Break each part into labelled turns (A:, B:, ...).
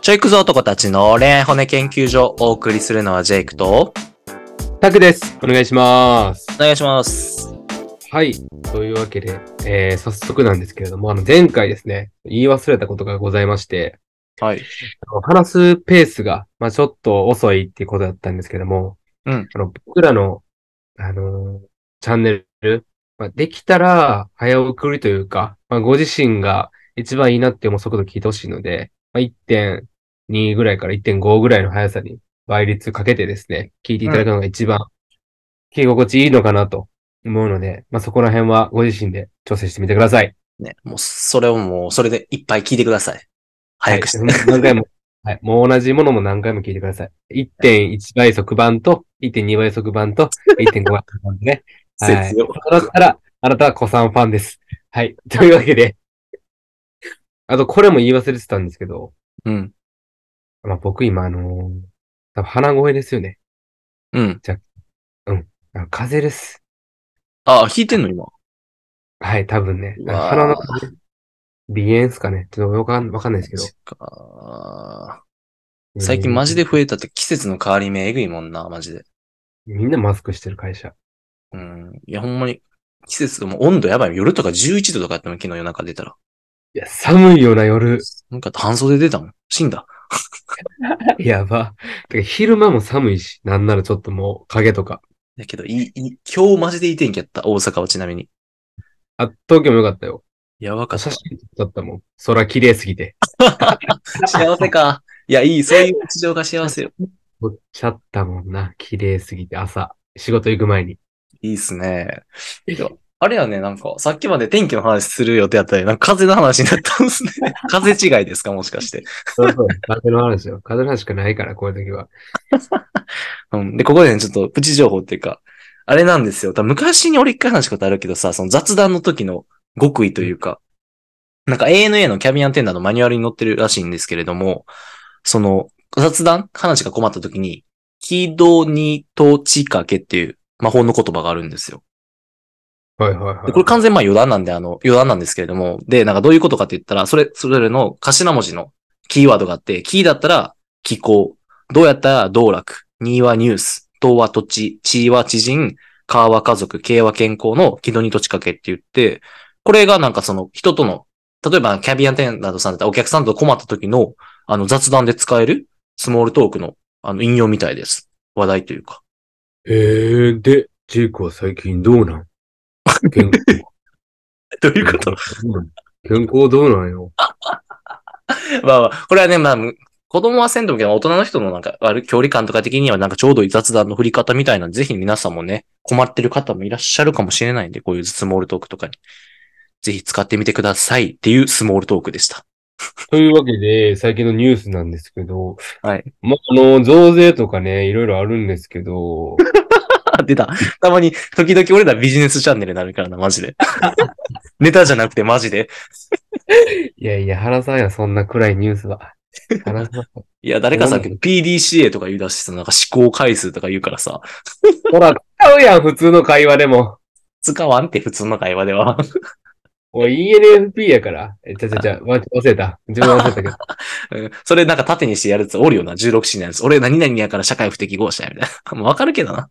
A: ちょいくぞ男たちの恋愛骨研究所お送りするのはジェイクと、
B: タクです。お願いします。
A: お願いします。
B: はい。というわけで、えー、早速なんですけれども、あの、前回ですね、言い忘れたことがございまして、
A: はい。
B: あの話すペースが、まあちょっと遅いっていうことだったんですけども、
A: うん。
B: あの、僕らの、あのーチャンネル、まあ、できたら、早送りというか、まあ、ご自身が一番いいなって思う速度聞いてほしいので、まあ、1.2ぐらいから1.5ぐらいの速さに倍率かけてですね、聞いていただくのが一番、聞き心地いいのかなと思うので、まあ、そこら辺はご自身で調整してみてください。
A: ね、もう、それをもう、それでいっぱい聞いてください。早くして。
B: はい何回も。 はい。もう同じものも何回も聞いてください。1.1倍速版と、1.2倍速版と、1.5倍速版でね。 はい
A: 節約
B: そだったら、あなたは子さんファンです。はい。 というわけで。あと、これも言い忘れてたんですけど、
A: うん。
B: まあ、僕今、あのー多分鼻声ですよね。
A: うん。
B: あの風邪です。
A: あ、弾いてんの今。
B: はい、多分ね。
A: うわー
B: 鼻の風邪鼻炎っすかね。ちょっとわかんわかんないですけど
A: マジ。か最近マジで増えたって季節の変わり目えぐいもんな、マジで。
B: うん。みんなマスクしてる会社。
A: うん。いや、ほんまに、季節、もう温度やばい。夜とか11度とかやったもん昨日夜中出たら。
B: いや、寒いような夜。
A: なんか半袖出たもん。死んだ。
B: やば。てか昼間も寒いし、なんならちょっともう影とか。
A: だけど、いい、い今日マジでいい天気やった。大阪はちなみに。
B: あ、東京もよかったよ。
A: やばかった
B: 写。真撮っちゃったもん。空綺麗すぎて。
A: 幸せか。 いや、いい。そういう日常が幸せよ。
B: 撮っちゃったもんな。綺麗すぎて、朝。仕事行く前に。
A: いいっすね。いやあれやね、なんか、さっきまで天気の話する予定やったり、なんか風の話になったんですね。 風違いですかもしかして。
B: そうそう。風の話よ。風の話しかないから、こういう時は。
A: うん。で、ここでね、ちょっとプチ情報っていうか、あれなんですよ。多分昔に俺一回話したことあるけどさ、その雑談の時の極意というか、なんか ANA のキャビンアンテンダーのマニュアルに載ってるらしいんですけれども、その雑談話が困った時に、軌道にとちかけっていう魔法の言葉があるんですよ。
B: はいはいはい。
A: で、これ完全まあ余談なんで、あの、余談なんですけれども、で、なんかどういうことかって言ったら、それ、それぞれの頭文字のキーワードがあって、キーだったら気候、どうやったら道楽、にはニュース、とは土地、地は知人、川は家族、経は健康の軌道に土地かけって言って、これがなんかその人との、例えばキャビアンテンダーさんだったらお客さんと困った時の、あの雑談で使えるスモールトークの、あの、引用みたいです。話題というか。
B: えー、で、ジェイクは最近どうなん健康。
A: ど ういうこと
B: 健康どうなんよ。
A: まあまあ、これはね、まあ、子供はせんともけど、大人の人のなんか、ある距離感とか的には、なんかちょうどいい雑談の振り方みたいなんで、ぜひ皆さんもね、困ってる方もいらっしゃるかもしれないんで、こういうスモールトークとかに、ぜひ使ってみてくださいっていうスモールトークでした。
B: というわけで、最近のニュースなんですけど、
A: はい。
B: まあ、あの、増税とかね、いろいろあるんですけど、
A: あ、出た。たまに、時々俺らビジネスチャンネルになるからな、マジで。 ネタじゃなくてマジで。
B: いやいや、原さんや、そんな暗いニュース は。原さん、
A: いや、誰かさ、PDCA とか言い出してさ、なんか思考回数とか言うからさ、
B: ほら、使うやん、普通の会話でも。
A: 使わんって普通の会話では。
B: おい、ENFP やから。え、ちゃちゃちゃ、わ忘れた。自分忘れたけ ど。
A: うんそれなんか縦にしてやるやつおるよな、16シーンのやつ。俺何々やから社会不適合者や、みたいな。 もうわかるけどな。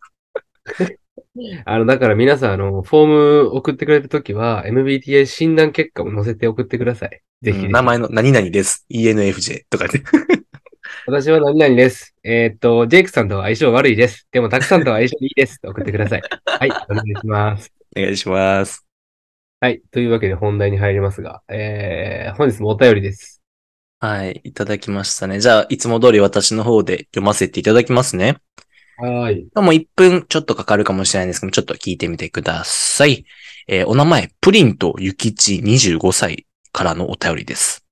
B: あの、だから皆さん、あの、フォーム送ってくれたときは、MBTI 診断結果も載せて送ってください。ぜひ。
A: うん名前の何々です。ENFJ とかで。
B: 私は何々です。えーっと、ジェイクさんとは相性悪いです。でも、たくさんとは相性いいです。送ってくだ さい。はい、お願いします。
A: お願いします。
B: はい、というわけで本題に入りますが、えー、本日もお便りです。
A: はい、いただきましたね。じゃあ、いつも通り私の方で読ませていただきますね。
B: はーい。
A: もう1分ちょっとかかるかもしれないんですけど、ちょっと聞いてみてください。えーお名前、プリンとゆきち25歳からのお便りです。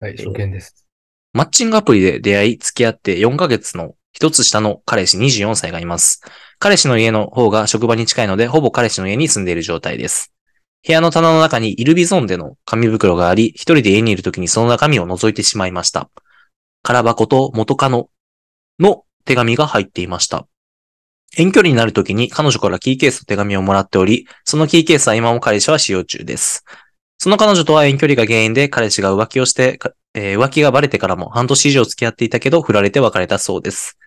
B: はい、初見です。
A: マッチングアプリで出会い、付き合って4ヶ月の一つ下の彼氏24歳がいます。彼氏の家の方が職場に近いので、ほぼ彼氏の家に住んでいる状態です。部屋の棚の中にイルビゾンでの紙袋があり、一人で家にいる時にその中身を覗いてしまいました。空箱と元カノの手紙が入っていました。遠距離になる時に彼女からキーケースと手紙をもらっており、そのキーケースは今も彼氏は使用中です。その彼女とは遠距離が原因で彼氏が浮気をして、かえー浮気がバレてからも半年以上付き合っていたけど、振られて別れたそうです。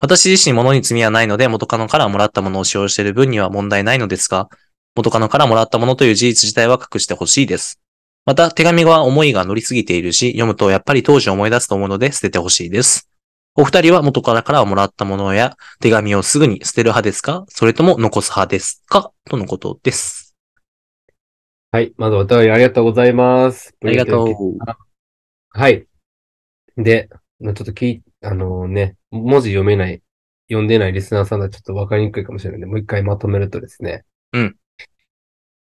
A: 私自身物に罪はないので、元カノからもらったものを使用している分には問題ないのですが、元カノからもらったものという事実自体は隠してほしいです。また、手紙は思いが乗りすぎているし、読むとやっぱり当時を思い出すと思うので捨ててほしいです。お二人は元からからもらったものや手紙をすぐに捨てる派ですかそれとも残す派ですかとのことです。
B: はい。まずお便りありがとうございます。
A: ありがとう。
B: はい。で、まあちょっと聞い、あのね、文字読めない、読んでないリスナーさんはちょっとわかりにくいかもしれないので、もう一回まとめるとですね。
A: うん。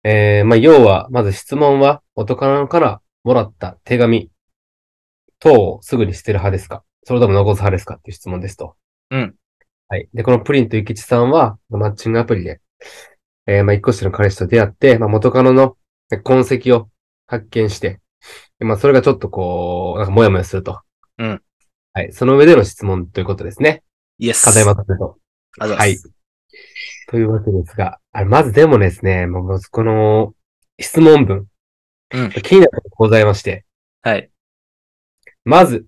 B: えー、まあ、要は、まず質問は、元カノからもらった手紙等をすぐに捨てる派ですかそれとも残す派ですかっていう質問ですと。
A: うん。
B: はい。で、このプリンとゆきちさんは、マッチングアプリで、えー、まあ、一個下の彼氏と出会って、まあ、元カノの痕跡を発見して、でまあ、それがちょっとこう、なんかもやもやすると。
A: うん。
B: はい。その上での質問ということですね。
A: イエス。
B: 課題まとめと。
A: ありがとうご
B: は
A: ざい
B: い
A: ます。。
B: というわけですが、あれまずでもですね、もうもうこの質問文、
A: うん
B: 気になることがございまして、
A: はい。
B: まず、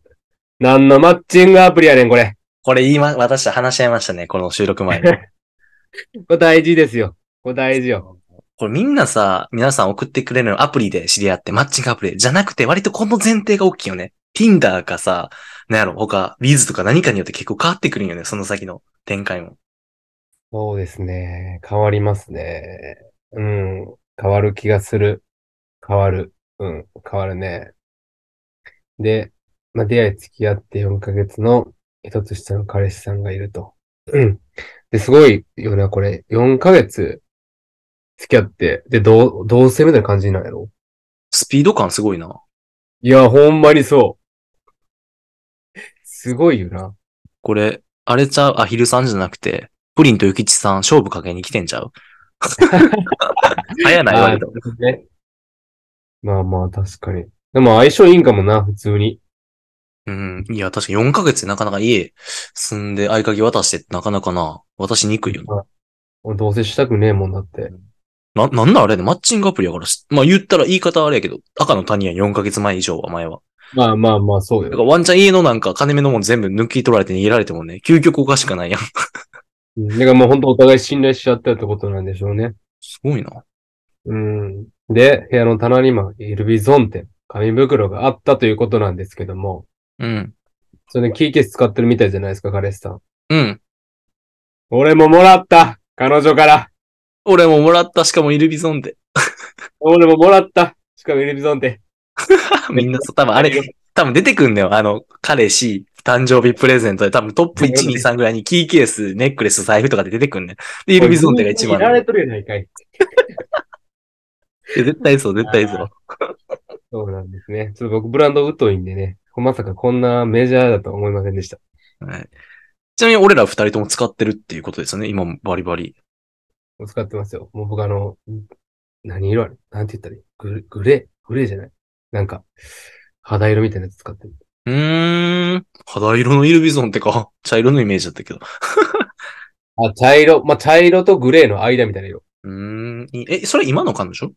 B: 何のマッチングアプリやねん、これ。
A: これ言いま、私と話し合いましたね、この収録前に。
B: これ大事ですよ。これ大事よ。
A: これみんなさ、皆さん送ってくれるのアプリで知り合って、マッチングアプリでじゃなくて、割とこの前提が大きいよね。Tinder かさ、なんやろ、他、リーズとか何かによって結構変わってくるんよね、その先の展開も。
B: そうですね。変わりますね。うん。変わる気がする。変わる。うん。変わるね。で、まあ、出会い付き合って4ヶ月の一つ下の彼氏さんがいると。うん。で、すごいよな、これ。4ヶ月付き合って、で、同、同棲みたいな感じなんやろ
A: スピード感すごいな。
B: いや、ほんまにそう。すごいよな。
A: これ、あれちゃう、アヒルさんじゃなくて、プリンとゆきちさん、勝負かけに来てんちゃう 早ない、割と。
B: あーねまあまあ、確かに。でも相性いいんかもな、普通に。
A: うん。いや、確か4ヶ月でなかなか家住んで合鍵渡してってなかなかな、渡しにくいよな。
B: 俺どうせしたくねえもんだって。
A: な、なんだあれね、マッチングアプリやからし、まあ言ったら言い方あれやけど、赤の谷やん4ヶ月前以上は前は。
B: まあまあまあ、そう
A: だから
B: よ。
A: ワンチャン家のなんか金目のもん全部抜き取られて逃げられてもね、究極おかしくないやん。
B: うんだからもう本当お互い信頼しちゃったってことなんでしょうね。
A: すごいな。
B: うん。で、部屋の棚にまあ、ルビゾンって紙袋があったということなんですけども、
A: うん。
B: それでキーケース使ってるみたいじゃないですか、彼氏さん。
A: うん。
B: 俺ももらった彼女から
A: 俺ももらった、しかもイルビゾンで。
B: 俺ももらったしかもルビゾンって。
A: みんなそう、多分あれ、多分出てくんだよ。あの、彼氏、誕生日プレゼントで、多分トップ1、2、3ぐらいにキーケース、ネックレス、財布とかで出てくんね。で、イルビゾンテが一番。
B: いられ
A: い
B: とるやないかい。
A: や絶対そう、絶対そう。
B: そうなんですね。ちょっと僕ブランド疎いんでね。まさかこんなメジャーだとは思いませんでした。
A: はい。ちなみに俺ら二人とも使ってるっていうことですよね。今もバリバリ。
B: 使ってますよ。もう僕あの、ん何色あるなんて言ったらいいグレグレーグレーじゃないなんか、肌色みたいなやつ使ってる。
A: うーん。肌色のイルビゾンってか、 茶色のイメージだったけど。
B: あ、茶色。まあ、茶色とグレーの間みたいな色。
A: うーん。いえ、それ今の彼女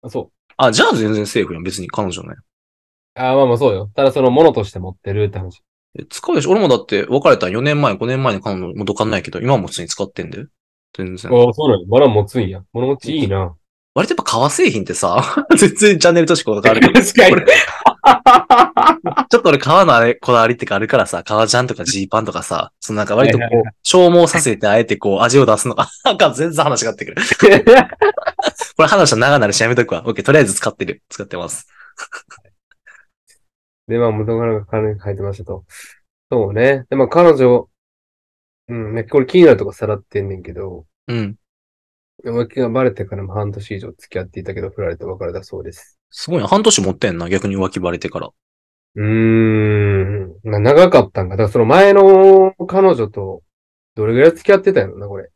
B: あ、そう。
A: あ、じゃあ全然セーフやん。別に彼女ね。
B: あ、まあまあそうよ。ただそのものとして持ってるって話。
A: え使うでしょ俺もだって別れた4年前、5年前に彼女元カノやけど、今も普通に使ってんだよ。全然。
B: あそうなの物持つんや。物持ちいいな。
A: 割とやっぱ革製品ってさ、 全然チャンネルとしか変わる けど。
B: 確かに
A: 俺 ちょっと俺革のあれ、こだわりってかあるからさ、革ジャンとかジーパンとかさ、そのなんか割とこ、
B: はいう
A: 消耗させてあえてこう味を出すのが、 なんか全然話が合ってくる。これ話は長なるしやめとくわ。オッケー、とりあえず使ってる。使ってます。
B: で、まあ、元からが彼に書いてましたと。そうね。で、まあ、彼女、うん、ね、これ気になるとこさらってんねんけど、
A: うん。
B: 浮気がバレてからも半年以上付き合っていたけど、振られて別れたそうです。
A: すごいな。半年持ってんな。逆に浮気バレてから。
B: うーん。まあ、長かったんか。だからその前の彼女と、どれぐらい付き合ってたんやろな、これ。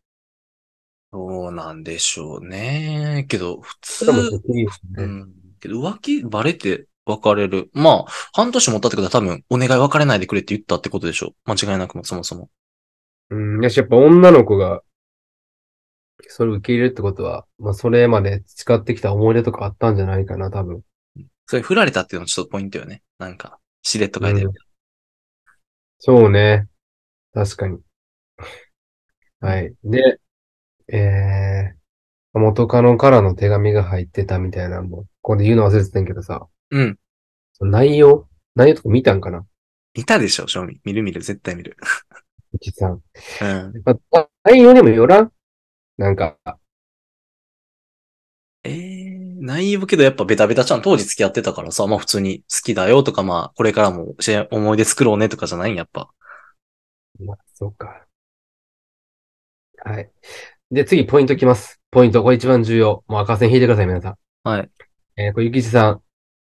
A: そうなんでしょうね。けど、普通、
B: 多分いいです
A: う
B: ね。
A: ん。けど浮気バレて別れる。まあ、半年持ったってことは多分、お願い別れないでくれって言ったってことでしょう。間違いなくも、そもそも。
B: うん。やし、やっぱ女の子が、それを受け入れるってことは、まあ、それまで培ってきた思い出とかあったんじゃないかな、多分。
A: それ振られたっていうのもちょっとポイントよね。なんか、しれっと書いてあるけど。
B: そうね。確かに。はい。で、えー、元カノからの手紙が入ってたみたいなのも、ここで言うの忘れてたんやけどさ、
A: うん。
B: その内容内容とか見たんかな
A: 見たでしょ、正味。見る見る、絶対見る。
B: うちさん。
A: うん。
B: まあ、内容にもよらんなんか、
A: えー、内容けどやっぱベタベタちゃん当時付き合ってたからさ、まあ普通に好きだよとか、まあこれからもし思い出作ろうねとかじゃないんやっぱ。
B: まあ、そうか。はい。で、次、ポイントきます。ポイント、これ一番重要。もう赤線引いてください、皆さん。
A: はい。
B: えーこれ、ゆきちさん。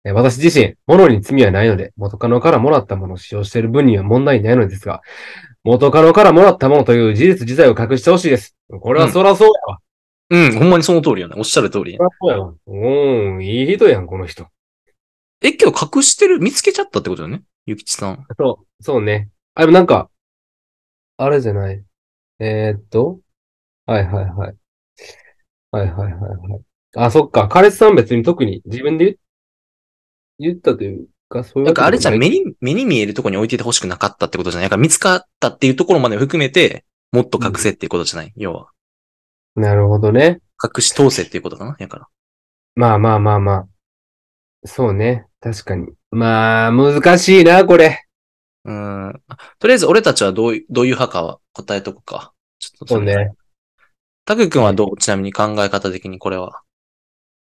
B: えー私自身、物に罪はないので、元カノからもらったものを使用している分には問題ないのですが、元カノからもらったものという事実自体を隠してほしいです。これはそらそうやわ。
A: うん、ほんまにその通りよね。おっしゃる通りや
B: そらそうやわ。うーん、いい人やん、この人。
A: え、けど隠してる、見つけちゃったってことよね。ゆきちさん。
B: そう、そうね。あ、でもなんか、あれじゃない。えーっと、はいはいはい。はいはいはいはい。あ、そっか。彼氏さん別に特に自分で言っ言ったというか、そういう
A: なんかあれじゃん、
B: ん、
A: 目に、目に見えるとこに置いてて欲しくなかったってことじゃない。なんか見つかったっていうところまで含めて、もっと隠せっていうことじゃない。要は、
B: なるほどね。
A: 隠し通せっていうことかな。やから。
B: まあまあまあまあ。そうね。確かに。まあ、難しいな、これ。
A: うーん。とりあえず俺たちはどういう、どういう派かは答えとくか。ちょっと
B: そうね。
A: たくくんはどうちなみに考え方的にこれは。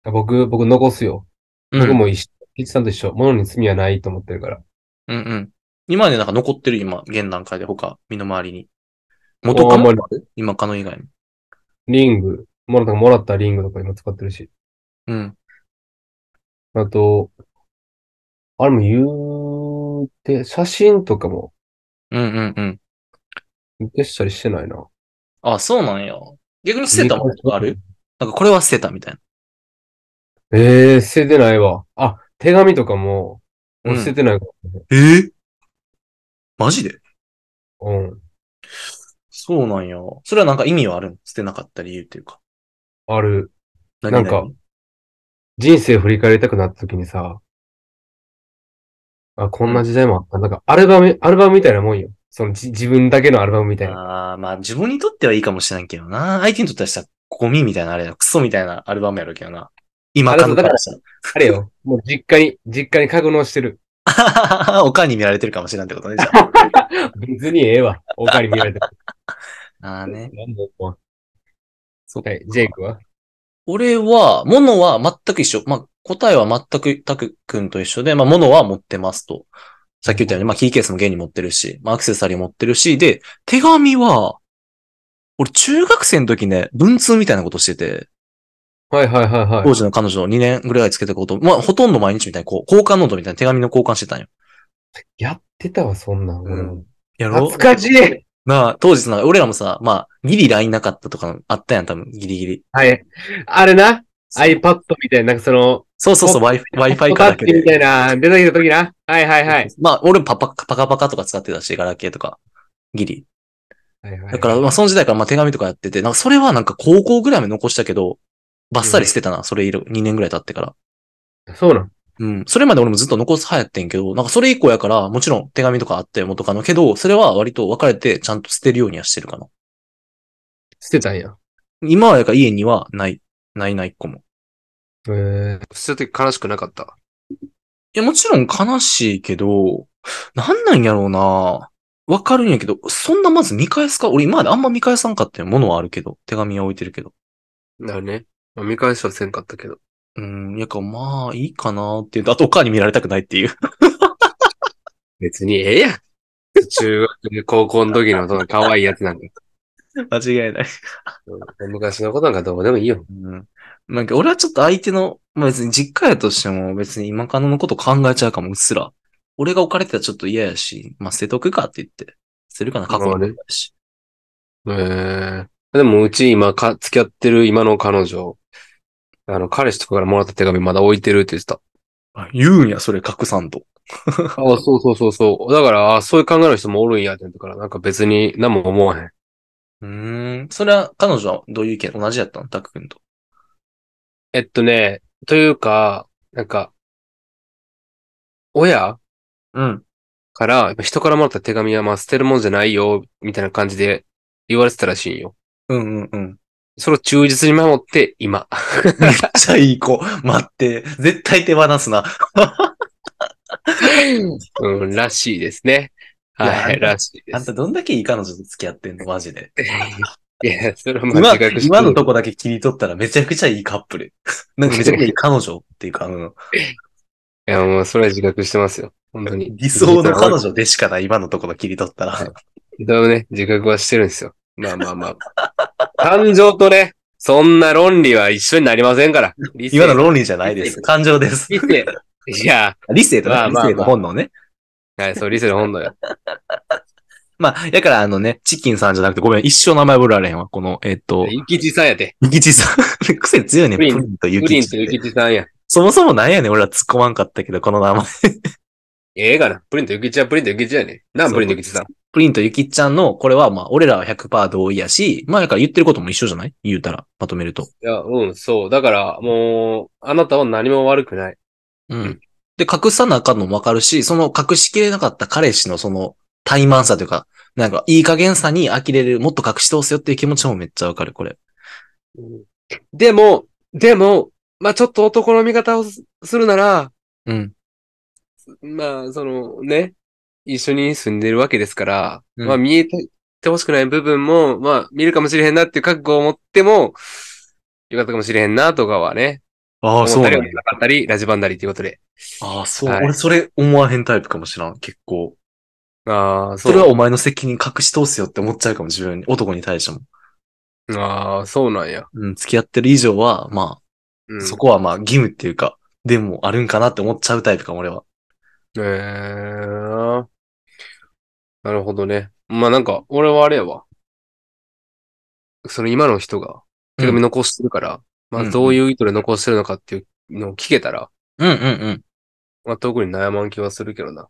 B: 僕、僕残すよ。
A: うん。
B: 僕も一緒。ピッチさんと一緒。物に罪はないと思ってるから。
A: うんうん。今までなんか残ってる今、現段階で他、身の回りに。元カ
B: あ
A: ノ
B: んまり
A: 今カノ以外に。
B: リング。もらったもらったリングとか今使ってるし。
A: うん。
B: あと、あれも言うて、写真とかも
A: うんうんうん。
B: 消したりしてないな。
A: あ、そうなんや。逆に捨てたものあるなんかこれは捨てたみたいな。
B: ええー、捨ててないわ。あ、手紙とかも、
A: うん
B: 俺捨ててないかも
A: えマジで
B: うん。
A: そうなんや。それはなんか意味はあるの捨てなかった理由っていうか。
B: ある。
A: 何
B: なんか、人生振り返りたくなった時にさ、あ、こんな時代もあった。なんか、アルバム、アルバムみたいなもんよ。その、じ自分だけのアルバムみたいな。
A: ああー、まあ自分にとってはいいかもしれんけどな。相手にとってはしたらゴミみたいなあれやクソみたいなアルバムやるけどな。今
B: あれ
A: カノからした
B: あれよ。もう実家に、実家に格納してる。
A: ら。おかんに見られてるかもしれんってことね、じゃあ。
B: 別にええわ。おかり見られてる。
A: ああね。
B: なんでも
A: そう
B: はい、ジェイクは
A: 俺は、物は全く一緒。まあ、答えは全く、たくくんと一緒で、まあ、物は持ってますと。さっき言ったように、まあ、キーケースも現に持ってるし、まあ、アクセサリー持ってるし、で、手紙は、俺、中学生の時ね、文通みたいなことしてて、
B: はいはいはいはい。
A: 当時の彼女を2年ぐらいつけてこと、まあ、ほとんど毎日みたいに、こう、交換ノートみたいな手紙の交換してたんよ。
B: やってたわ、そんなん。俺
A: う
B: も
A: やろ
B: 懐かしい
A: なあ、当時なんか、俺らもさ、まあ、ギリ LINE なかったとかあったやん、多分、ギリギリ。
B: はい。あれな、iPad みたいな、なんかその、
A: そうそうそう、Wi- Wi-Fi かだけで
B: ポップタッチみ。たいな、出てきた時な。はいはいはい。
A: まあ、俺もパパパカパカとか使ってたし、ガラケーとか、ギリ。
B: はいはい
A: だから、まあ、その時代からまあ手紙とかやってて、なんかそれはなんか高校ぐらいまで残したけど、バッサリ捨てたな、それ以来、2年ぐらい経ってから。
B: そうなん。
A: うん。それまで俺もずっと残す派やってんけど、なんかそれ以降やから、もちろん手紙とかあって元カノけど、それは割と別れてちゃんと捨てるようにはしてるかな。
B: 捨てたんや。
A: 今はやから家にはない、ないない一個も。
B: えー、捨てた時悲しくなかった。
A: いや、もちろん悲しいけど、なんなんやろうなわかるんやけど、そんなまず見返すか俺今まであんま見返さんかったよ。ものはあるけど、手紙は置いてるけど。
B: なるね。見返しはせんかったけど。
A: うん、やからまあいいかなっていう。あと、お母に見られたくないっていう。
B: 別にええやん。 中学、高校の時のその可愛いやつなんか。
A: 間違いない。
B: 昔のことなんかどうでもいいよ。
A: うん。なんか俺はちょっと相手の、まあ、別に実家やとしても別に今カノのこと考えちゃうかも、うっすら。俺が置かれてたらちょっと嫌やし、まあ、捨てとくかって言って。捨てるかな、過去のことやし。
B: えー、でもうち今か、付き合ってる今の彼女、あの、彼氏とかからもらった手紙まだ置いてるって言ってた。
A: あ言うんや、それ隠さんと。
B: あそうそうそうそう。だから、あそういう考えの人もおるんやってんだから、なんか別に何も思わへん。
A: うーん。それは彼女はどういう意見同じやったのタク君と。
B: えっとね、というか、なんか、親
A: うん。
B: から、やっぱ人からもらった手紙はまあ捨てるもんじゃないよ、みたいな感じで言われてたらしいんよ。
A: うんうんうん。
B: それを忠実に守って、 今。
A: めっちゃいい子。待って。絶対手放すな。
B: うん、らしいですね。はいい、
A: や
B: らしいで
A: あん
B: す。
A: たどんだけいい彼女と付き合ってんのマジで。
B: いや、それはま
A: 今
B: あ自覚、して
A: 今のとこだけ切り取ったらめちゃくちゃいいカッ プル。なんかめちゃくちゃいい彼女っていうか、うん、
B: いや、もうそれは自覚してますよ。本当に。
A: 理想の彼女でしかない今のところ切り取ったら。
B: はいだね、自覚はしてるんですよ。まあまあまあ。感情とね、そんな論理は一緒になりませんから。 理性
A: 今の論理じゃないです。感情です。
B: 理性。いや、
A: 理性とね、
B: まあまあまあ
A: 理性と本能ね。
B: はい、そう、理性の本能よ。
A: まあ、だからあのね、チキンさんじゃなくて、ごめん、一生名前ぶられへんわ。この、えっと、
B: ゆきちさんやて。
A: ゆきちさん。 癖強いね、プ
B: プ
A: リ
B: リン
A: ンとゆ
B: プリ
A: き
B: ンと
A: ちっ
B: ゆ
A: て。
B: きちさんや。
A: そもそもなんやねん、俺ら突っ込まんかったけど、この名前。
B: ええかな。プリンとゆきちはプリンとゆきちやね。な
A: そう
B: んプリンとゆきちさん。
A: プリンとゆきちゃんの、これはまあ、俺らは100%同意やし、まあ、だから言ってることも一緒じゃない言うたら、まとめると。
B: いや、うん、そう。だから、もう、あなたは何も悪くない。
A: うん。で、隠さなあかんのもわかるし、その隠しきれなかった彼氏のその、怠慢さというか、なんか、いい加減さに呆れる、もっと隠し通すよっていう気持ちもめっちゃわかる、これ。
B: でも、でも、まあちょっと男の味方をすするなら、
A: うん。
B: まあ、そのね、一緒に住んでるわけですから、
A: うん
B: まあ見えててほしくない部分も、まあ見るかもしれへんなっていう覚悟を持っても、よかったかもしれへんなとかはね、
A: あ
B: 思ったり思わなかったり、ラジバンダリということで。
A: ああ、そう。
B: はい
A: 俺、それ思わへんタイプかもしらん、結構。
B: ああ、そ
A: それは
B: う。
A: お前の責任隠し通すよって思っちゃうかも、自分に。男に対しても。
B: ああ、そうなんや。
A: うん、付き合ってる以上は、ま
B: う
A: あ、
B: ん。
A: そこはまあ、義務っていうか、でもあるんかなって思っちゃうタイプかも、俺は。
B: えー、なるほどね。まあなんか、俺はあれやわ。その今の人が手紙残してるから、ま
A: うん
B: あどういう意図で残してるのかっていうのを聞けたら、
A: うんうんうん。
B: まあ特に悩まん気はするけどな。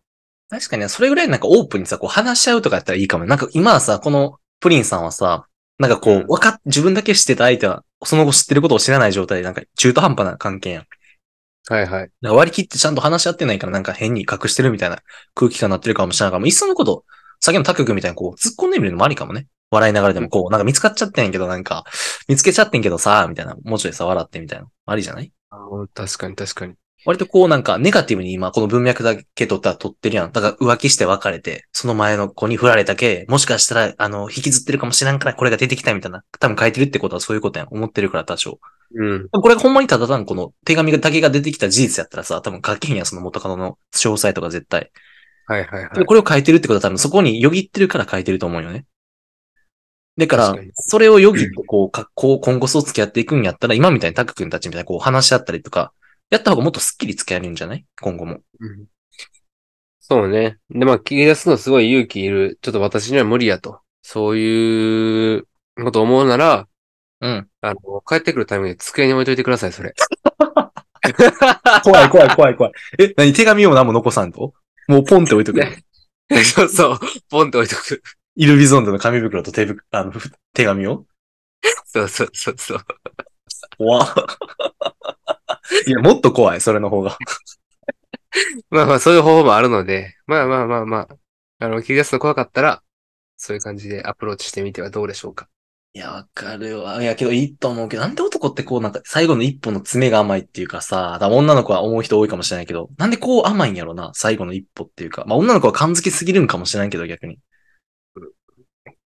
A: 確かにね、それぐらいなんかオープンにさ、こう話し合うとかやったらいいかも。なんか今はさ、このプリンさんはさ、なんかこ
B: う
A: う、
B: ん
A: わかっ、自分だけ知ってた相手は、その後知ってることを知らない状態で、なんか中途半端な関係やん。だか
B: はいはい。
A: ら割り切ってちゃんと話し合ってないから、なんか変に隠してるみたいな空気感になってるかもしれないから、もういっそのこと、さっきのタク君みたいにこう、突っ込んでみるのもありかもね。笑いながらでもこう、なんか見つかっちゃってんやけど、なんか、見つけちゃってんけどさ、みたいな。もうちょいさ、笑ってみたいな。ありじゃない
B: 確かに確かに。
A: 割とこうなんかネガティブに今この文脈だけ取ったら取ってるやん。だから浮気して別れて、その前の子に振られたけ、もしかしたらあの、引きずってるかもしれんからこれが出てきたみたいな。多分書いてるってことはそういうことやん。思ってるから多少。
B: うん。
A: これほんまにただ単にこの手紙だけが出てきた事実やったらさ、多分書けへんやん、その元カノの詳細とか絶対。
B: はいはいは
A: で
B: い。
A: これを書いてるってことは多分そこによぎってるから書いてると思うよね。だから
B: 確かに、
A: それをよぎってこう、かこう今後そう付き合っていくんやったら、今みたいにタク君たちみたいにこう話し合ったりとか、やった方がもっとスッキリ付き合えるんじゃない今後も。
B: うんそうね。で、まあ、切り出すのすごい勇気いる。ちょっと私には無理やと。そういうこと思うなら、
A: うん。
B: あの、帰ってくるタイミングで机に置いといてください、それ。
A: 怖い怖い怖い怖い。え、何手紙を何も残さんともうポンって置いとくの。
B: そうそう。ポンって置いとく。
A: イルビゾンドの紙袋と手袋、あの、ふ手紙を
B: そうそうそうそう。
A: 怖 っいや、もっと怖い、それの方が。
B: まあまあ、そういう方法もあるので、まあまあまあまあ、あの、切り出すの怖かったら、そういう感じでアプローチしてみてはどうでしょうか。
A: いや、わかるわ。いや、けどいいと思うけど、なんで男ってこう、なんか最後の一本の爪が甘いっていうかさ、多分女の子は思う人多いかもしれないけど、なんでこう甘いんやろな、最後の一歩っていうか。まあ、女の子は感づきすぎるんかもしれないけど、逆に。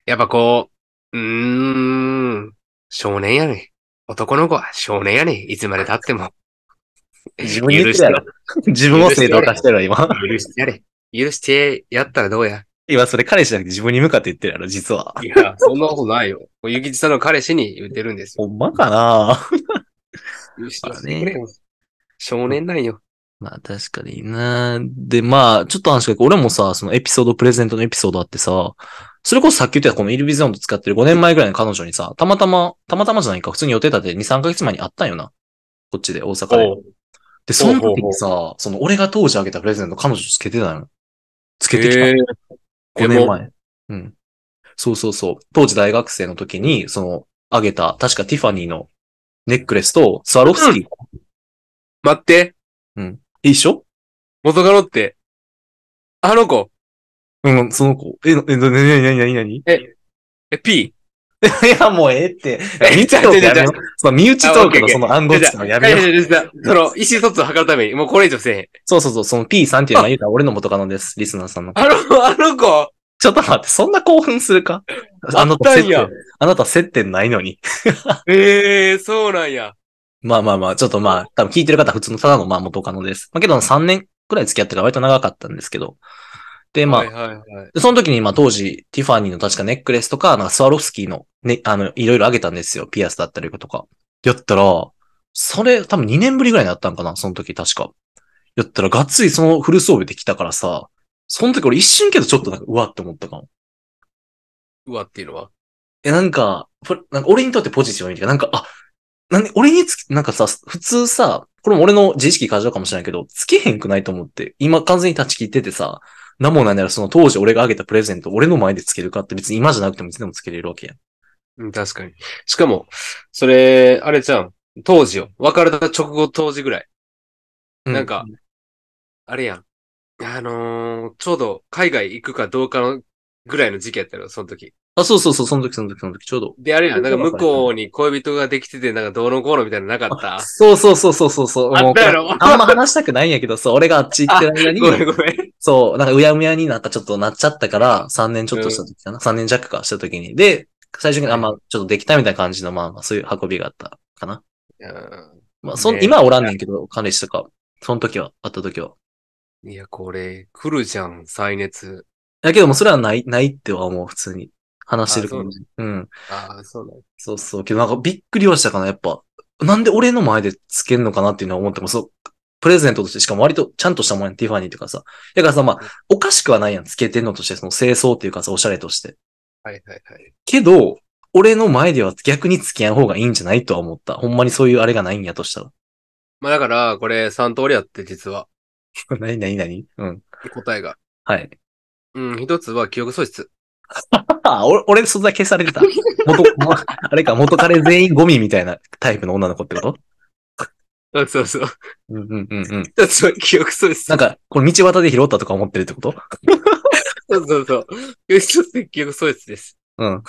B: やっぱこう、うーん、少年やね。男の子は少年やね。いつまで経っても。
A: 自分言ってたやろ。 自分を正当化してるわ、今。
B: 許してやれ。許してやったらどうや。
A: 今、それ彼氏じゃなくて自分に向かって言ってるやろ、実は。
B: いや、そんなことないよ。もうゆきちさんの彼氏に言ってるんですよ。
A: ほんまかな
B: 許し
A: そう
B: てや
A: だ
B: っ
A: ね
B: てくれよ少年なんよ。
A: まあ確かにな。で、まあ、ちょっと話が、俺もさ、そのエピソード、プレゼントのエピソードあってさ、それこそさっき言ってたこのイルビゾンと使ってる5年前ぐらいの彼女にさ、たまたま、たまたまじゃないか、普通に予定立てて2、3ヶ月前に会ったんよな。こっちで、大阪で。で、その時にさ、その俺が当時あげたプレゼント彼女つけてたの。つけてきた。
B: えー
A: 5年前。うん。そうそうそう。当時大学生の時に、その、あげた、確かティファニーのネックレスと、スワロフスキー、
B: 待って、
A: 一緒
B: 元カノって、あの子、
A: うん、その子。え、なえ、なになになになになにい
B: え、P?
A: や、もうええって。
B: え
A: 身内トークやめよう
B: ち
A: その身内トークのその暗号
B: じゃ
A: つ
B: じ
A: く
B: ゃ
A: のやめよう。
B: その、意思疎通を図るために、もうこれ以上せえへん。
A: そうそうそう、その P さんっていうのは言うたら俺の元カノです、リスナーさんの。
B: あの、あの 子、
A: ちょっと待って、そんな興奮するかあなた
B: あった
A: 接
B: んや
A: 点、あなた接点ないのに。
B: ええそうなんや。
A: まあまあまあ、ちょっとまあ、多分聞いてる方は普通のただのまあ元カノです。まあけど3年くらい付き合ってから割と長かったんですけど。で、まあ、
B: はいはいはい。
A: でその時に、まあ当時、ティファニーの確かネックレスとか、なんかスワロフスキーのね、あの、いろいろあげたんですよ。ピアスだったりとか。やったら、それ多分2年ぶりぐらいになったんかな、その時確か。やったら、がっつりそのフル装備できたからさ、その時俺一瞬けどちょっとなんか、うわって思ったかも。
B: うわっていうのは。
A: え、なんか、ふなんか俺にとってポジティブに、なんか、あ、なんで、俺につき、なんかさ、普通さ、これも俺の自意識過剰かもしれないけど、つけへんくないと思って、今完全に立ち切っててさ、なんもないならその当時俺があげたプレゼント、俺の前でつけるかって別に今じゃなくてもいつでもつけれるわけやん。
B: うん、確かに。しかも、それ、あれじゃん。当時よ。別れた直後当時ぐらい。なんか、あれやん。あのーちょうど海外行くかどうかのぐらいの時期やったよ、その時。
A: あ、そうそうそう、その時その時その時ちょうど。
B: で、あれやん。なんか向こうに恋人ができてて、なんかどうのこうのみたいなのなかった。
A: そうそうそうそうそうそう。
B: あ
A: も
B: っ
A: う
B: たやろ
A: あんま話したくないんやけどさ、俺があっち行ってる間に、
B: ごめんごめん。
A: そう、なんかうやむやになった、ちょっとなっちゃったから、3年ちょっとした時かな。3年弱かした時に。で、最初に、あ、まあ、ちょっとできたみたいな感じの、まあまあ、そういう運びがあったかな。まあ、そん、
B: ね
A: 今はおらんねんけど、彼氏とか、その時は、会った時は。
B: いや、これ、来るじゃん、再熱。
A: だけども、それはない、ないっては思う、普通に。話してるから
B: あ
A: ね
B: そ。
A: うん。
B: ああ、そうなん
A: そうそう。けど、なんかびっくりはしたかな、やっぱ。なんで俺の前でつけんのかなっていうのは思っても、そう、プレゼントとして、しかも割とちゃんとしたもんやん、ティファニーとかさ。だからさ、まあ、おかしくはないやん、つけてんのとして、その清掃っていうかさ、おしゃれとして。
B: はいはいはい。
A: けど、俺の前では逆に付き合う方がいいんじゃないとは思った。ほんまにそういうあれがないんやとしたら。
B: まあだから、これ3通りあって、実は。
A: なになになにうん。
B: 答えが。
A: はい。
B: うん、一つは記憶喪失。
A: あ、俺、俺そんな消されてた。 元、まあれか、元彼全員ゴミみたいなタイプの女の子ってこと
B: あそうそう。
A: うんうんうんうん。
B: 一つは記憶喪失。
A: なんか、これ道端で拾ったとか思ってるってこと
B: そうそうそう。記憶喪失、記憶喪失です。
A: うん。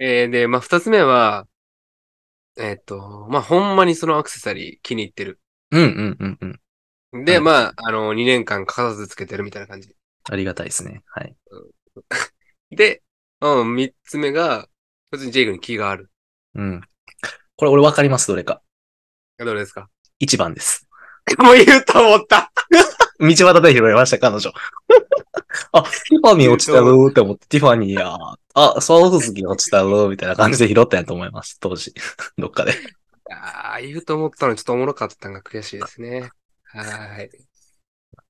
B: えー、で、まあ二つ目は、えーっと、まあほんまにそのアクセサリー気に入ってる。
A: うんうんうんうん。
B: で、
A: はい
B: まあ、あの、2年間欠かさずつけてるみたいな感じ。
A: ありがたいですね。はい。
B: で、うん、三つ目が、普通にジェイクに気がある。
A: うん。これ俺わかります、どれか。
B: どれですか
A: 一番です。
B: もう言うと思った
A: 道端で拾いました、彼女。 あ、ティファニー落ちたぞーって思って、ティファニーやー。あ、ソウフスキー落ちたぞーみたいな感じで拾ったんやと思います、当時。 どっかで。
B: ああ、言うと思ったのにちょっとおもろかったのが悔しいですね。はーい。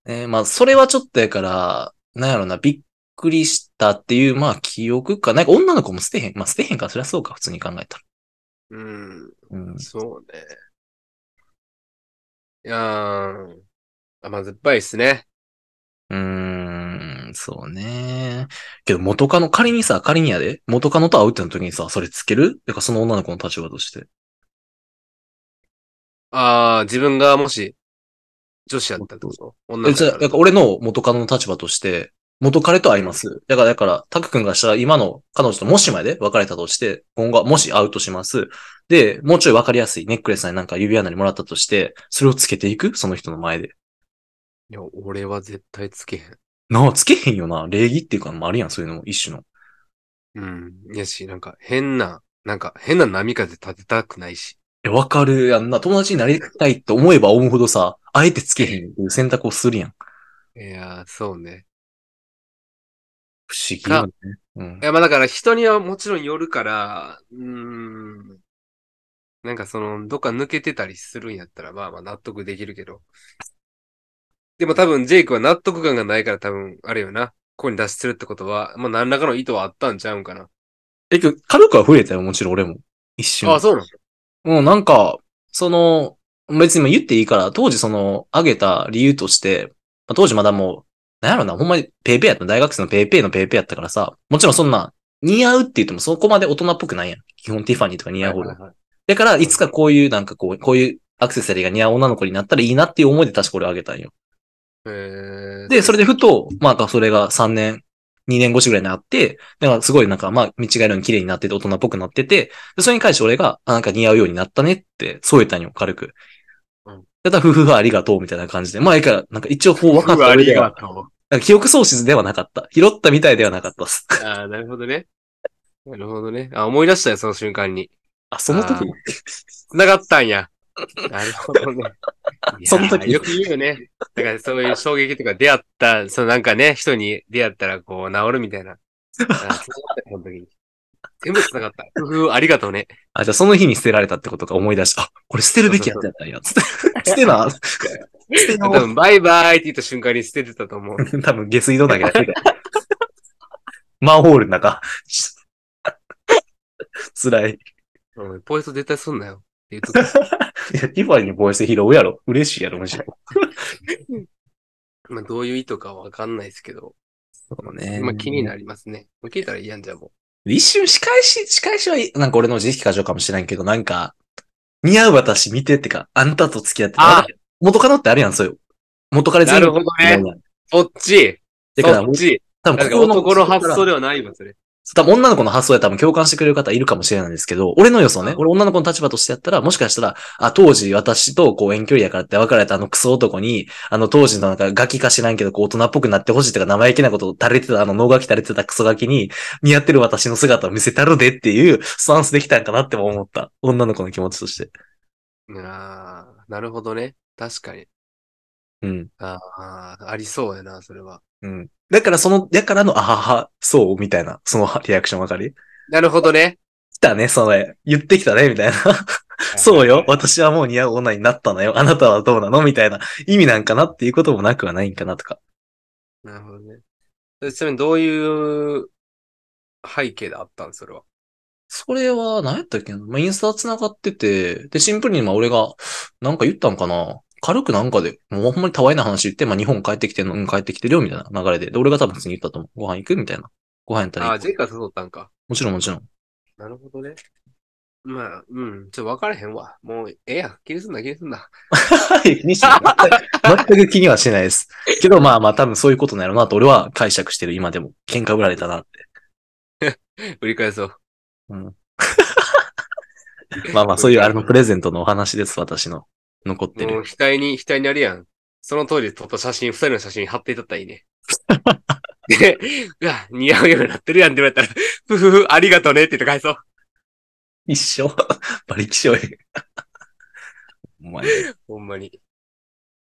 A: えーまあ、それはちょっとやから、なんやろな、びっくりしたっていう、まあ、記憶か。なんか女の子も捨てへん。まあ、捨てへんから、そりゃそうか、普通に考えたら。
B: うん、
A: うん。
B: そうね。いやーあ、まずっぱいっすね。
A: うーん、そうね。けど、元カノ、仮にさ、仮にやで、元カノと会うっての時にさ、それつけるだからその女の子の立場として。
B: ああ、自分がもし、女子やったってこと女
A: え
B: の
A: じ
B: 子
A: ゃ
B: や
A: あ、
B: った
A: だから
B: ら。
A: 俺の元カノの立場として、元彼と会います。だから、だから、タク君がしたら今の彼女ともしまで別れたとして、今後はもし会うとします。で、もうちょい分かりやすいネックレスなりなんか指輪なりもらったとして、それをつけていくその人の前で。
B: いや、俺は絶対つけへん。
A: なあ、つけへんよな。礼儀っていうか、あるやん、そういうのも一種の。
B: うん。いやし、なんか変な、なんか変な波風立てたくないし。
A: え、わかるやんな。友達になりたいって思えば思うほどさ、あえてつけへんっていう選択をするやん。
B: いやー、そうね。
A: 不思議よね。うん
B: い。や、まあだから人にはもちろんよるから、うーん。なんかその、どっか抜けてたりするんやったら、まあまあ納得できるけど。でも多分、ジェイクは納得感がないから多分、あれよな。ここに脱出するってことは、まあ何らかの意図はあったんちゃうんかな。
A: え、けど軽くは触れたよ、もちろん俺も。一瞬。
B: ああ、そうなの
A: うん、なんか、その、別にも言っていいから、当時その、あげた理由として、まあ当時まだもう、なんやろな、ほんまにペーペーやった、大学生のペーペーのペーペーやったからさ、もちろんそんな、似合うって言ってもそこまで大人っぽくないやん。基本ティファニーとか似合うほど。だから、いつかこういうなんかこう、こういうアクセサリーが似合う女の子になったらいいなっていう思いで確かこれあげたんよ。
B: えー、
A: で、 それでふと、まあ、それが3年、2年越しぐらいになって、だからすごいなんか、まあ、見違えるように綺麗になってて、大人っぽくなってて、でそれに関して俺が、あ、なんか似合うようになったねって添えたんよ、軽く
B: うん。
A: だから、ふふふありがとうみたいな感じで。まあ、いいから、なんか一応こう分かった
B: あ
A: 上
B: り
A: では
B: がと
A: なんか記憶喪失ではなかった。拾ったみたいではなかったっす。
B: う。ああ、なるほどね。なるほどね。あ、思い出したよ、その瞬間に。
A: あ、その時
B: あー繋がったんや。なる ほどね。いやー
A: その時
B: よく言うよね。だからそういう衝撃とか出会った、そのなんかね、人に出会ったらこう治るみたいな。あ繋がったよその時に。全部繋がった。ふふ、ありがと うね。
A: あ、じゃあその日に捨てられたってことか思い出した。あ、これ捨てるべきやったやったんや。つって。 捨てな。捨て
B: 多
A: よ
B: 分、バイバイって言った瞬間に捨ててたと思う。
A: う。 多分下水道だけやってた。マンホールの中。 辛い。
B: うんポイント絶対すんなよ。って言っとった。
A: いや、ティファニーにボイス拾うやろ。嬉しいやろ、むしろ。
B: まあ、どういう意図かわかんないですけど。
A: そうね
B: まあ、気になりますね。もう聞いたらいいやんじゃん、も
A: 一瞬仕返し、仕返しは、なんか俺の自意識過剰かもしれんけど、なんか、似合う私見てってか、あんたと付き合ってた
B: あ
A: 元カノってあるやん、そういう。元カレ
B: う。なるほどね。そっち。
A: だから、
B: そ
A: 多
B: っち。
A: 分
B: なんか
A: ここ
B: 男の発想
A: で。
B: ではないわ、それ。
A: 多分女の子の発想で多分共感してくれる方いるかもしれないんですけど、俺の予想ね、俺女の子の立場としてやったら、もしかしたら、あ、当時私とこう遠距離やからって別れたあのクソ男に、あの当時のなんかガキか知らんけど、こう大人っぽくなってほしいとか生意気なことを垂れてた、あの脳ガキ垂れてたクソガキに、似合ってる私の姿を見せたるでっていうスタンスできたんかなっても思った。女の子の気持ちとして。
B: ああ、なるほどね。確かに。
A: うん。
B: ああ、ありそうやな、それは。
A: うん。だからその、だからの、あはは、そう、みたいな、そのリアクションわかり
B: なるほど ね。
A: 来たね、それ。言ってきたね、みたいな。そうよ。私はもう似合う女になったのよ。あなたはどうなのみたいな意味なんかなっていうこともなくはないんかなとか。
B: なるほどね。でちなみにどういう背景であったんそれは。
A: それは、何やったっけな、まあ、インスタ繋がってて、で、シンプルにまあ俺が、なんか言ったんかな軽くなんかで、もうほんまにたわいない話言って、まあ日本帰ってきてんの、うん、帰ってきてるよ、みたいな流れで。で、俺が多分普通に言ったと思う。ご飯行くみたいな。ご飯やったら
B: あ
A: 行
B: あ、
A: く
B: ジェイカー誘ったんか。
A: もちろんもちろん。
B: なるほどね。まあ、うん、ちょっと分からへんわ。もう、ええやん。気にすんな、気にすんな。
A: はい、気にしてない全く 気にはしてないです。けどまあまあ多分そういうことなんやろうなと俺は解釈してる、今でも。喧嘩売られたなって。
B: 売り返そう。
A: まあまあそういうあれのプレゼントのお話です、私の。残ってる
B: もう、。額に、額にあるやん。その当時撮った写真、二人の写真貼っていたったらいい ね。で、うわ、似合うようになってるやんって言われたら、ふふふ、ありがとうねって言って返そう。
A: 一生 バリキショイ。お前。
B: ほんまに。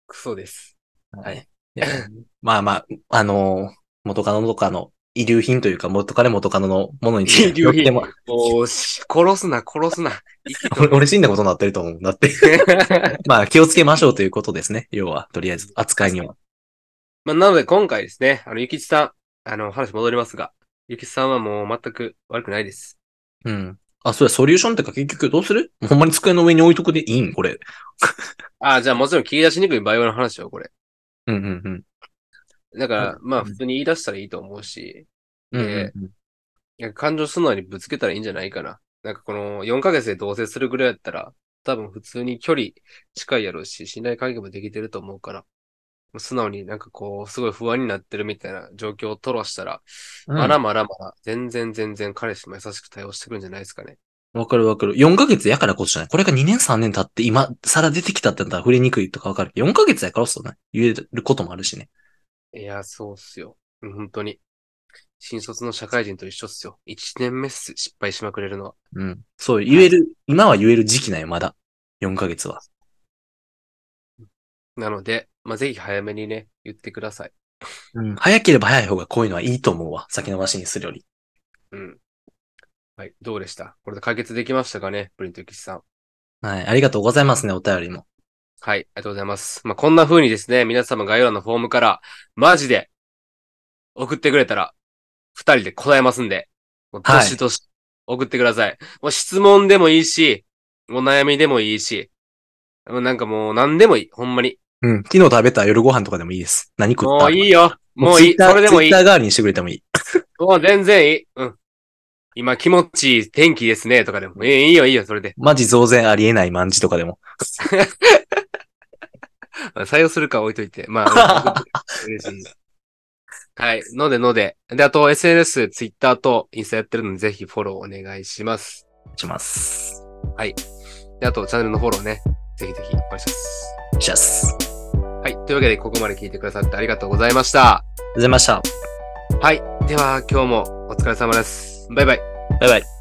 B: クソです。
A: はい。いやまあまあ、あのー元カノとかの遺留品というか、元カレ元カノのものに
B: 遺留品
A: でも
B: もう、し殺すな、殺すな。
A: 俺 俺死んだことになってると思うんだって。 まあ気をつけましょうということですね。要は、とりあえず、扱いには。
B: まあ、なので今回ですね、あの、ゆきちさん、あの、話戻りますが、ゆきちさんはもう全く悪くないです。
A: うん。あ、それソリューションってか結局どうするほんまに机の上に置いとくでいいんこれ。
B: ああ、じゃあもちろん切り出しにくいバイオの話よ、これ。
A: うんうんうん。
B: だから、ま
A: う
B: あ、
A: ん
B: 普通に言い出したらいいと思うし、
A: うんうん
B: え
A: うん
B: なんか感情素直にぶつけたらいいんじゃないかな。なんかこの4ヶ月で同棲するぐらいだったら、多分普通に距離近いやろうし、信頼関係もできてると思うから、もう素直になんかこう、すごい不安になってるみたいな状況を吐露したら、
A: うん
B: まだまだまだ、全然全然彼氏も優しく対応してくるんじゃないですかね。
A: わかるわかる。4ヶ月やからこそじゃない。これが2年3年経って今更出てきたってなったら触れにくいとかわかるけど。4ヶ月やからこそね、言えることもあるしね。
B: いや、そうっすよ。うん本当に。新卒の社会人と一緒っすよ。一年目っす、失敗しまくれるのは。
A: うん。そう、言える、今は言える時期なんよ、まだ。4ヶ月は。
B: なので、まあ、ぜひ早めにね、言ってください。
A: うん。早ければ早い方がこういうのはいいと思うわ。先延ばしにするより。
B: うん。はい、どうでしたこれで解決できましたかねプリントキシさん。
A: はい。ありがとうございますね、お便りも。
B: はい、ありがとうございます。まあ、こんな風にですね、皆様概要欄のフォームから、マジで、送ってくれたら、二人で答えますんで、もうどしどし、送ってください。もう質問でもいいし、お悩みでもいいし、もうなんかもう何でもいい、ほんまに。
A: うん。昨日食べた夜ご飯とかでもいいです。何食った
B: もういいよ。もういい。
A: Twitter-
B: それでもいい
A: Twitter。代わりにしてくれてもいい。
B: もう全然いい。うん。今気持ちいい天気ですね、とかでも、ええいいよいいよ、それで。
A: マジ増税ありえない万字とかでも。
B: まあ採用するか置いといて。まあ、嬉しい。はい。のでので。で、あと SNS、Twitter とインスタやってるので、ぜひフォローお願いします。
A: します。
B: で、あとチャンネルのフォローね。ぜひぜひお願いします。
A: チャス。ありがと
B: はい。というわけで、ここまで聞いてくださってありがとうございました。
A: うございました。
B: はい。では、今日もお疲れ様です。バイバイ。
A: バイバイ。